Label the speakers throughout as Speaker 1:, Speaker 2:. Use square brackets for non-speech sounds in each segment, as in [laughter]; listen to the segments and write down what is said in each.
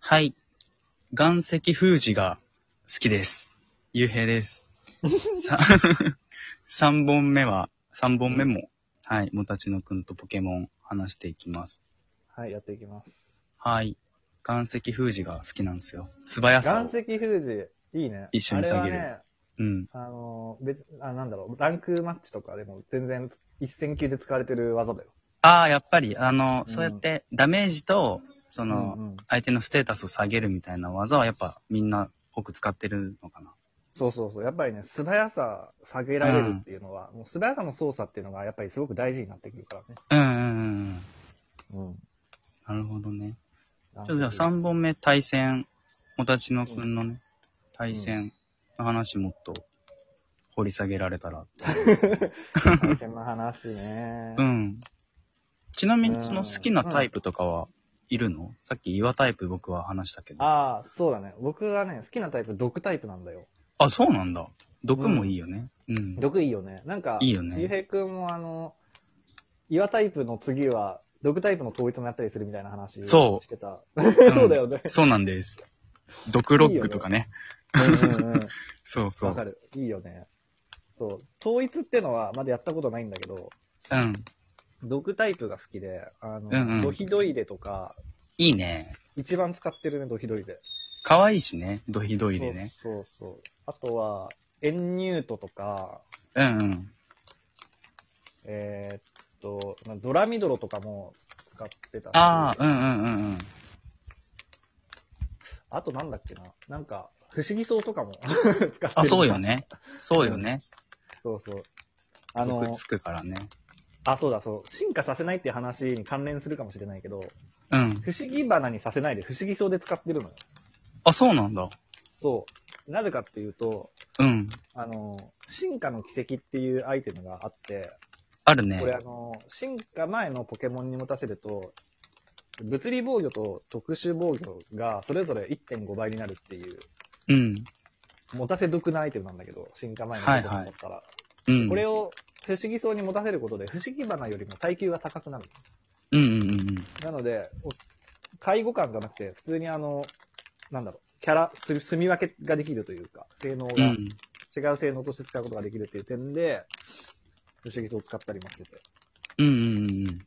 Speaker 1: はい。岩石封じが好きです。ゆうへい
Speaker 2: [laughs]
Speaker 1: です。さ [laughs] 三本目は、三本目も、はい、もたちのくんとポケモン話していきます。
Speaker 2: はい、やっていきます。
Speaker 1: はい。岩石封じが好きなんですよ。素早さ
Speaker 2: 岩
Speaker 1: を。
Speaker 2: 石封じ、いいね。
Speaker 1: 一緒に下げる
Speaker 2: あれはね、
Speaker 1: うん。
Speaker 2: あの、別、あ、なんだろう、ランクマッチとかでも全然一戦級で使われてる技だよ。
Speaker 1: ああ、やっぱり、あの、
Speaker 2: うん
Speaker 1: そうやってダメージと、その、
Speaker 2: うんうん
Speaker 1: 相手のステータスを下げるみたいな技はやっぱみんな多く使ってるのかな。
Speaker 2: そうそうそう。やっぱりね、素早さ下げられるっていうのは、もう素早さの操作っていうのがやっぱりすごく大事になってくるからね。
Speaker 1: うんうんうん。
Speaker 2: うん。
Speaker 1: なるほどね。ちょっとじゃあ3本目対戦、もたちのくんのね、対戦の話もっと掘り下げられたら。
Speaker 2: 大変な話ね。
Speaker 1: うん。ちなみ
Speaker 2: う
Speaker 1: に
Speaker 2: ん
Speaker 1: その好きなタイプとかはいるのさっき岩タイプ僕は話したけど。あ、
Speaker 2: ああ、そうだね。僕はね、好きなタイプ、毒タイプなんだよ。
Speaker 1: そうなんだ。毒もいいよね。うん。
Speaker 2: 毒いいよね。なんか、
Speaker 1: いいよね
Speaker 2: ゆうへいくんもあの、岩タイプの次は、毒タイプの統一もやったりするみたいな話
Speaker 1: そう
Speaker 2: してた。 [laughs]
Speaker 1: うん
Speaker 2: そうだよね。
Speaker 1: そうなんです。毒ロックとかね。
Speaker 2: うん [laughs] うん
Speaker 1: そう
Speaker 2: うん。
Speaker 1: そ
Speaker 2: わか
Speaker 1: う。
Speaker 2: る。いいよね。そう。統一ってのはまだやったことないんだけど、
Speaker 1: うん。
Speaker 2: 毒タイプが好きで、あ
Speaker 1: う
Speaker 2: の、
Speaker 1: んうん
Speaker 2: ドヒドイデとか、
Speaker 1: いいね。
Speaker 2: 一番使ってるね、ドヒドイデ。
Speaker 1: 可愛いしね。ドヒドイでね。
Speaker 2: そうそうそう。あとは、エンニュートとか、
Speaker 1: うんうん。
Speaker 2: えーっと、なドラミドロとかも使ってたし
Speaker 1: ああ、うんうんうんうん。
Speaker 2: あとなんだっけな。なんか、不思議草と
Speaker 1: [laughs]
Speaker 2: かも使ってる。
Speaker 1: あ、そうよ。ね。そうよね。
Speaker 2: そうそう。あ
Speaker 1: 毒
Speaker 2: の
Speaker 1: つ、くからね。
Speaker 2: あ、そうだ、そう。進化させないっていう話に関連するかもしれないけど、
Speaker 1: うん。
Speaker 2: 不思議花にさせないで不思議草で使ってるのよ。
Speaker 1: あ、そうなんだ。
Speaker 2: そう。なぜかっていうと、
Speaker 1: うん。
Speaker 2: あの、進化の奇跡っていうアイテムがあって、
Speaker 1: ある
Speaker 2: これ
Speaker 1: ね
Speaker 2: あ。の、進化前のポケモンに持たせると、物理防御と特殊防御がそれぞれ1.5倍になるっていう、
Speaker 1: うん。
Speaker 2: 持たせ得なアイテムなんだけど、進化前のポケモンだったら。
Speaker 1: うん。
Speaker 2: これを不思議そうに持たせることで、不思議花よりも耐久が高くなる。
Speaker 1: うんうんうんうん。
Speaker 2: なので、お介護官じゃなくて、普通にあの、なんだろう、キャラ、す住み分けができるというか、性能
Speaker 1: う
Speaker 2: が、
Speaker 1: ん。
Speaker 2: 違う性能として使うことができるっていう点で、不思議そうを使ったりもしてて。
Speaker 1: うんうんうんうん。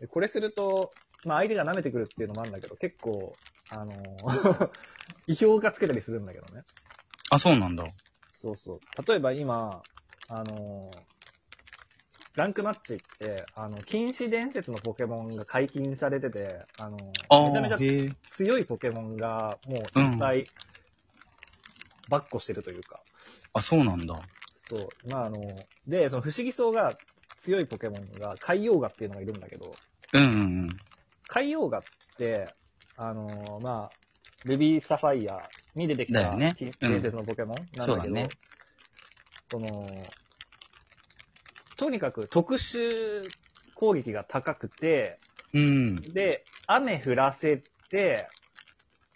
Speaker 2: でこれすると、まあ相手が舐めてくるっていうのもあるんだけど、結構、あの [laughs] ー意表がつけたりするんだけどね。
Speaker 1: あ、そうなんだ。
Speaker 2: そうそう。例えば今、あのーランクマッチって、あの、禁止伝説のポケモンが解禁されてて、あのー
Speaker 1: あ
Speaker 2: めちゃ
Speaker 1: あ、
Speaker 2: めち
Speaker 1: へえ。
Speaker 2: ゃ強いポケモンがもういっぱい、ばっこしてるというか。
Speaker 1: あ、そうなんだ。
Speaker 2: そう。まああのーで、その不思議層が強いポケモンが、海洋ガっていうのがいるんだけど、
Speaker 1: うんうんうん。
Speaker 2: 海洋ガって、あのーまあ、ルビーサファイアに出てき
Speaker 1: だ
Speaker 2: た、
Speaker 1: よねうん
Speaker 2: 伝説のポケモンなんだけど、
Speaker 1: そうだね
Speaker 2: その、とにかく特殊攻撃が高くて、
Speaker 1: うん。
Speaker 2: で、雨降らせて、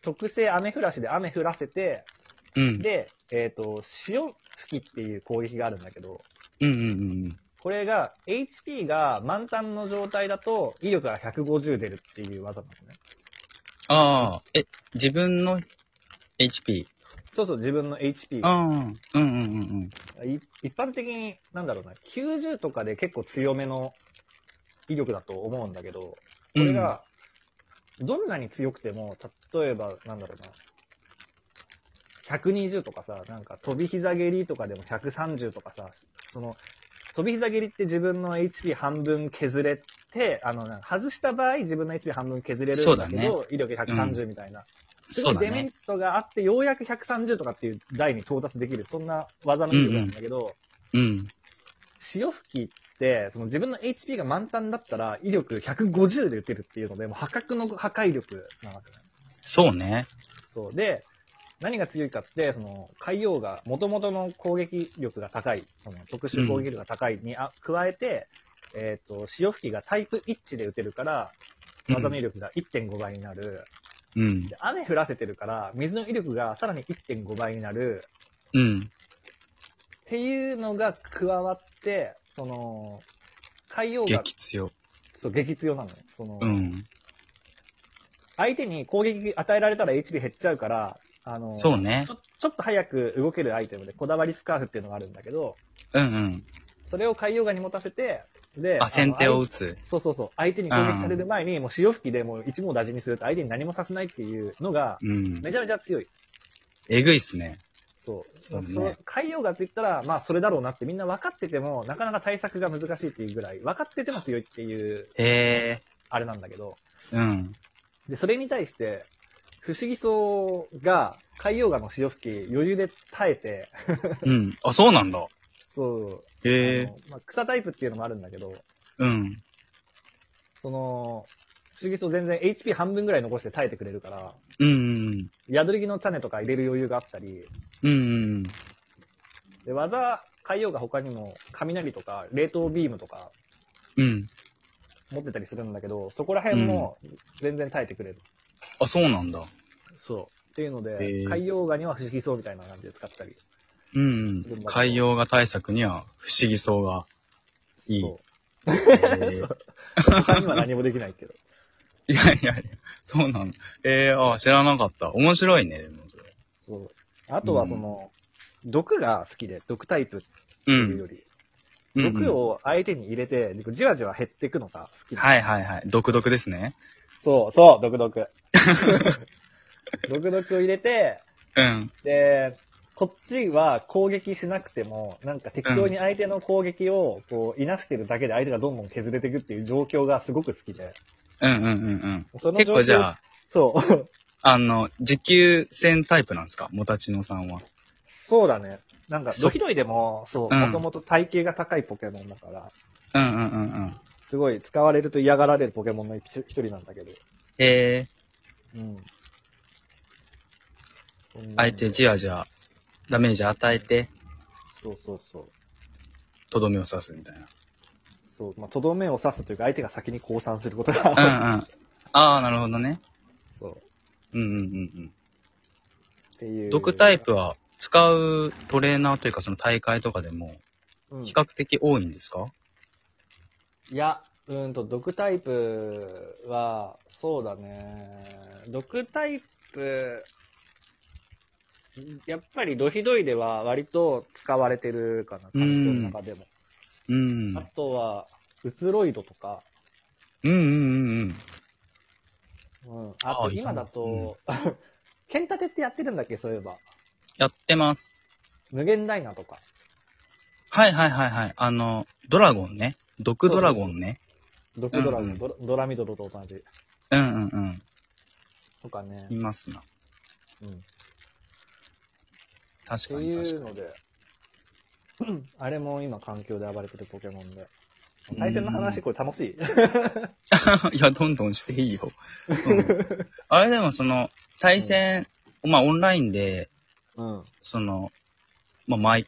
Speaker 2: 特性雨降らしで雨降らせて、
Speaker 1: うん。
Speaker 2: で、えっ、と、潮吹きっていう攻撃があるんだけど、
Speaker 1: うんうんうん
Speaker 2: これが、HP が満タンの状態だと、威力が150出るっていう技なんですね。
Speaker 1: ああ、え、自分の HP。
Speaker 2: そうそう、自分の HP が。
Speaker 1: ああ、うんうんうんうん。
Speaker 2: い一般的に、なんだろうな、90とかで結構強めの威力だと思うんだけど、これが、どんなに強くても、例えば、なんだろうな、120とかさ、なんか、飛び膝蹴りとかでも130とかさ、その、飛び膝蹴りって自分の HP 半分削れて、あの、なんか外した場合自分の HP 半分削れる
Speaker 1: そうんだ
Speaker 2: だ
Speaker 1: ね
Speaker 2: けど、威力130みたいな。
Speaker 1: そ
Speaker 2: すご
Speaker 1: う
Speaker 2: い
Speaker 1: だ
Speaker 2: デメリ
Speaker 1: ね
Speaker 2: ッ。トがあって、ようやく130とかっていう台に到達できる、そんな技の威力なんだけど、
Speaker 1: うん。
Speaker 2: 潮吹きって、その自分の HP が満タンだったら、威力150で打てるっていうので、もう破格の破壊力なわけね。
Speaker 1: そうね。
Speaker 2: そう。で、何が強いかって、その、海洋が、元々の攻撃力が高い、その特殊攻撃力が高いにあ加えて、えっ、と、潮吹きがタイプ1で打てるから、
Speaker 1: うん
Speaker 2: 技の威力が1.5倍になる。
Speaker 1: うん。
Speaker 2: で雨降らせてるから、水の威力がさらに1.5倍になる。
Speaker 1: うん。
Speaker 2: っていうのが加わって、その、海洋が
Speaker 1: 激強。
Speaker 2: そう激強なのよ。その、
Speaker 1: うん。
Speaker 2: 相手に攻撃与えられたら HP 減っちゃうから、あの、
Speaker 1: そうね
Speaker 2: ち。ょちょっと早く動けるアイテムで、こだわりスカーフっていうのがあるんだけど、
Speaker 1: うんうん。
Speaker 2: それを海洋ガに持たせて、で、
Speaker 1: あ、先手を打
Speaker 2: つ。
Speaker 1: つ。
Speaker 2: そうそうそう。相手に攻撃される前に、もう潮吹きでもう一網打尽にすると相手に何もさせないっていうのが、
Speaker 1: うん。
Speaker 2: めちゃめちゃ強い。
Speaker 1: えぐいっすね。
Speaker 2: そう。
Speaker 1: そ
Speaker 2: そうう、
Speaker 1: ね
Speaker 2: 海洋画って言ったら、まあそれだろうなってみんな分かってても、なかなか対策が難しいっていうぐらい、分かってても強いっていう、
Speaker 1: へえ
Speaker 2: あれなんだけど、
Speaker 1: うん。
Speaker 2: で、それに対して、不思議そうが、海洋画の潮吹き余裕で耐えて、
Speaker 1: うん。あ、そうなんだ。
Speaker 2: そう、
Speaker 1: へ
Speaker 2: あ
Speaker 1: え
Speaker 2: のまあ、草タイプっていうのもあるんだけど、
Speaker 1: うん。
Speaker 2: その、不思議そう全然 HP 半分ぐらい残して耐えてくれるから、
Speaker 1: うんうん
Speaker 2: 宿り木の種とか入れる余裕があったり、
Speaker 1: うん。うんうんうん。
Speaker 2: で、技、海洋が他にも、雷とか、冷凍ビームとか、
Speaker 1: うん。
Speaker 2: 持ってたりするんだけど、そこら辺も全然耐えてくれる。
Speaker 1: あ、そうなんだ。
Speaker 2: そう。っていうので、
Speaker 1: へー
Speaker 2: 海洋ガニは不思議そうみたいな感じで使ったり。
Speaker 1: うんうん。海洋が対策には不思議そう
Speaker 2: [laughs]
Speaker 1: が。いい
Speaker 2: そう。
Speaker 1: へえ
Speaker 2: 他には何もできないけど。
Speaker 1: いやいやいや、そうなんだ。ええあ、知らなかった。面白いね、でもそれ。
Speaker 2: そう。あとはその、毒が好きで、毒タイプって
Speaker 1: う
Speaker 2: いうよ
Speaker 1: ん。う
Speaker 2: り、
Speaker 1: ん
Speaker 2: 毒を相手に入れて、じわじわ減っていくのが好き。
Speaker 1: はいはいはい。独特ですね。
Speaker 2: そう、そう、毒毒。 [laughs] 毒毒を入れて、
Speaker 1: うん。
Speaker 2: で、こっちは攻撃しなくても、なんか適当に相手の攻撃を、こう、いなしてるだけで相手がどんどん削れていくっていう状況がすごく好きで。
Speaker 1: うんうんうん
Speaker 2: そ
Speaker 1: うん。
Speaker 2: の
Speaker 1: 結
Speaker 2: 状況
Speaker 1: 構じゃあ、
Speaker 2: そう。 [laughs]
Speaker 1: あの、持久戦タイプなんですかもたちのさんは。
Speaker 2: そうだね。なんか、
Speaker 1: そう
Speaker 2: ドキドイでも、そう、
Speaker 1: うん
Speaker 2: もともと体型が高いポケモンだから、
Speaker 1: うんうんうんうん。
Speaker 2: すごい使われると嫌がられるポケモンの一人なんだけど。
Speaker 1: ええ
Speaker 2: うん。そんなので
Speaker 1: 相手じわじわ、ダメージ与えて、
Speaker 2: そうそうそう。
Speaker 1: とどめを刺すみたいな。
Speaker 2: そう、まあ、とどめを刺すというか、相手が先に降参することが、
Speaker 1: うんうん。ああ、なるほどね。
Speaker 2: [laughs] そう。
Speaker 1: うんうんうん
Speaker 2: っていうう。
Speaker 1: ん。毒タイプは使うトレーナーというかその大会とかでも
Speaker 2: うん
Speaker 1: 比較的多いんですか
Speaker 2: いや、うーんと、毒タイプは、そうだね。毒タイプ、やっぱりドヒドイでは割と使われてるかな、環境の中でも。
Speaker 1: うん。うん
Speaker 2: あとは、ウツロイドとか、
Speaker 1: うんうんうん。
Speaker 2: うん、あ
Speaker 1: あ
Speaker 2: と今だと、 [laughs] 剣立てってやってるんだっけ、そういえば。
Speaker 1: やってます。
Speaker 2: 無限ダイナとか。
Speaker 1: はいはいはいはい。あの、ドラゴンね。毒ドラゴンね。
Speaker 2: 毒ドラゴン、
Speaker 1: うんうん
Speaker 2: ドラドラミドロと同じ。
Speaker 1: うんうんうん。
Speaker 2: とかね。
Speaker 1: いますな。
Speaker 2: うん
Speaker 1: 確
Speaker 2: って
Speaker 1: かに
Speaker 2: い
Speaker 1: 確
Speaker 2: う
Speaker 1: か
Speaker 2: の
Speaker 1: に。
Speaker 2: で、あれも今環境で暴れてるポケモンで。対戦の話、これ楽しい。
Speaker 1: [laughs] いや、どんどんしていいよ。うん、あれでもその、対戦、まあオンラインで、
Speaker 2: うん。
Speaker 1: その、まあ毎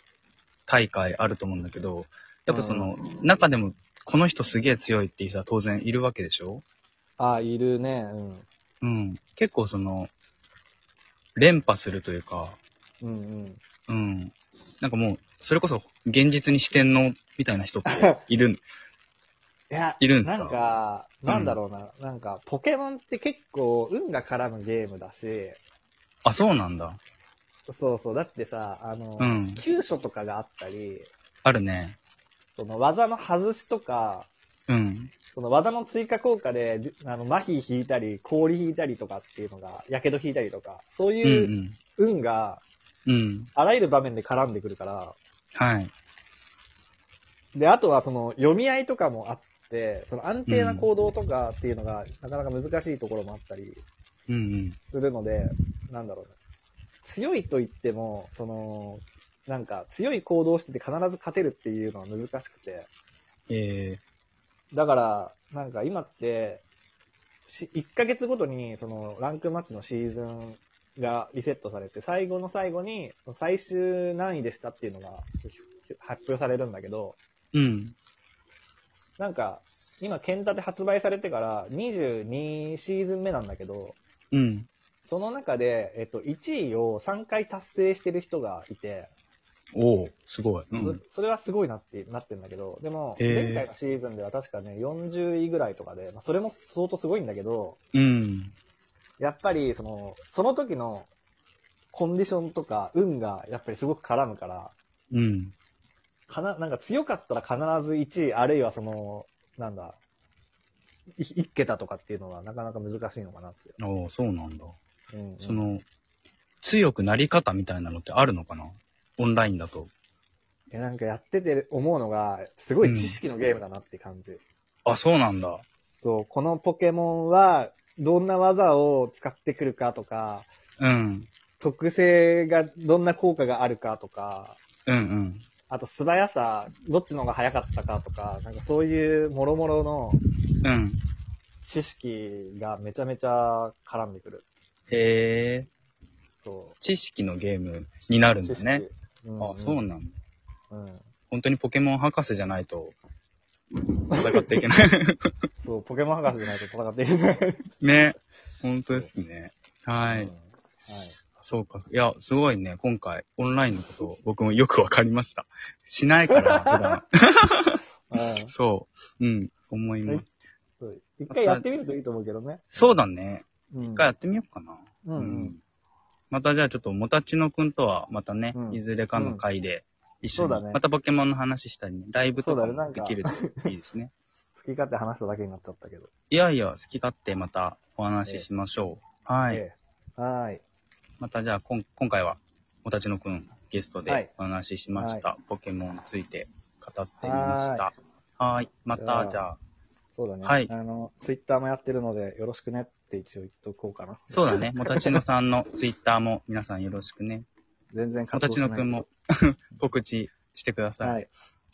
Speaker 1: 大会あると思うんだけど、やっぱその、
Speaker 2: う
Speaker 1: 中でも、この人すげえ強いっていう人は当然いるわけでしょ
Speaker 2: あ、いるね。うん。
Speaker 1: うん。結構その、連覇するというか、
Speaker 2: うんうん。
Speaker 1: うん。なんかもう、それこそ、現実に四天王みたいな人ってい
Speaker 2: [laughs]
Speaker 1: る。
Speaker 2: いや、
Speaker 1: いるんすか
Speaker 2: なんか、なんだろうな。なんか、ポケモンって結構、運が絡むゲームだし、
Speaker 1: あ、そうなんだ。
Speaker 2: そうそう。だってさ、あの、
Speaker 1: うん
Speaker 2: 急所とかがあったり、
Speaker 1: あるね。
Speaker 2: その技の外しとか、
Speaker 1: うん。
Speaker 2: その技の追加効果で、あの、麻痺引いたり、氷引いたりとかっていうのが、やけど引いたりとか、そう
Speaker 1: うんう。
Speaker 2: いうん運が、
Speaker 1: うん。
Speaker 2: あらゆる場面で絡んでくるから、
Speaker 1: はい。
Speaker 2: で、あとはその読み合いとかもあって、その安定な行動とかっていうのがなかなか難しいところもあったり
Speaker 1: うんうん。
Speaker 2: するので、なんだろうね。強いと言っても、その、なんか強い行動をしてて必ず勝てるっていうのは難しくて。
Speaker 1: え
Speaker 2: だから、なんか今って、し1ヶ月ごとにそのランクマッチのシーズンがリセットされて、最後の最後に最終何位でしたっていうのが発表されるんだけど、
Speaker 1: ー、うん。
Speaker 2: なんか、今、ケンタで発売されてから22シーズン目なんだけど、
Speaker 1: うん。
Speaker 2: その中で、えっと、1位を3回達成してる人がいて、
Speaker 1: おおすごい。う
Speaker 2: そ
Speaker 1: ん。
Speaker 2: それはすごいなってなってんだけど、でも、
Speaker 1: へー
Speaker 2: 前回のシーズンでは確かね、40位ぐらいとかで、まあ、それも相当すごいんだけど、
Speaker 1: うん。
Speaker 2: やっぱり、その、その時のコンディションとか、運がやっぱりすごく絡むから、
Speaker 1: うん。
Speaker 2: かな、なんか強かったら必ず1位、あるいはその、なんだ、1桁とかっていうのはなかなか難しいのかなって。
Speaker 1: おーそうなんだ。
Speaker 2: うん、うん
Speaker 1: そ、の、強くなり方みたいなのってあるのかなオンラインだと。
Speaker 2: いやなんかやってて思うのが、すごい知識のゲームだなって感じ。
Speaker 1: あ、そうなんだ。
Speaker 2: そう、このポケモンは、どんな技を使ってくるかとか、
Speaker 1: うん。
Speaker 2: 特性がどんな効果があるかとか、
Speaker 1: うんうん。
Speaker 2: あと素早さ、どっちの方が早かったかとか、なんかそういう諸々の
Speaker 1: うん。
Speaker 2: 知識がめちゃめちゃ絡んでくる。
Speaker 1: へえ。
Speaker 2: そ
Speaker 1: 知識のゲームになる
Speaker 2: う。
Speaker 1: ん
Speaker 2: 知
Speaker 1: だ
Speaker 2: 識。
Speaker 1: ね。
Speaker 2: うん
Speaker 1: あ、そうなんだ。
Speaker 2: うん。
Speaker 1: 本当にポケモン博士じゃないと、戦ってい [laughs] けない。
Speaker 2: そう、ポケモン博士じゃないと戦っていけない。
Speaker 1: ね。本当ですね。は
Speaker 2: う
Speaker 1: い
Speaker 2: ん。
Speaker 1: そうか。いや、すごいね。今回、オンラインのこと、僕もよくわかりました。しないから、普 [laughs] 段。
Speaker 2: はい。うん
Speaker 1: そう。うん。思います。
Speaker 2: そう一回やってみるといいと思うけどね。
Speaker 1: そうだね。
Speaker 2: うん
Speaker 1: 一回やってみようかな。
Speaker 2: うんうん。
Speaker 1: またじゃあちょっと、もたちのくんとは、またね、
Speaker 2: うん
Speaker 1: いずれかの回で、一緒に、
Speaker 2: そうだね
Speaker 1: またポケモンの話したりね、ライブとか
Speaker 2: そうだねな
Speaker 1: も
Speaker 2: ん
Speaker 1: で
Speaker 2: か
Speaker 1: きるといいですね。
Speaker 2: 好き勝手話しただけになっちゃったけど。
Speaker 1: いやいや、好き勝手またお話ししましょう。はい。
Speaker 2: ええ。はい。
Speaker 1: またじゃあ、こん今回は、もたちのくん、ゲスト
Speaker 2: は
Speaker 1: で
Speaker 2: い
Speaker 1: お話ししました。ポケモンについて語ってみました。はい。ま
Speaker 2: じゃ
Speaker 1: た
Speaker 2: あ
Speaker 1: じゃあ、
Speaker 2: そうだね。
Speaker 1: はい
Speaker 2: あの、ツイッターもやってるので、よろしくねって一応言っとこうかな。
Speaker 1: そうだね、も [laughs] たちのさんのツイッターも皆さんよろしくね。
Speaker 2: 全然
Speaker 1: も
Speaker 2: 活
Speaker 1: た
Speaker 2: 動
Speaker 1: ち
Speaker 2: しな
Speaker 1: の
Speaker 2: い
Speaker 1: くんも [laughs] 告知してください。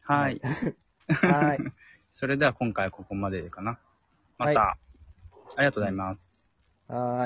Speaker 2: は
Speaker 1: はい。
Speaker 2: い。はい。
Speaker 1: それでは今回はここまでかな。また、
Speaker 2: は
Speaker 1: ありがとうございます。 [laughs]
Speaker 2: はい。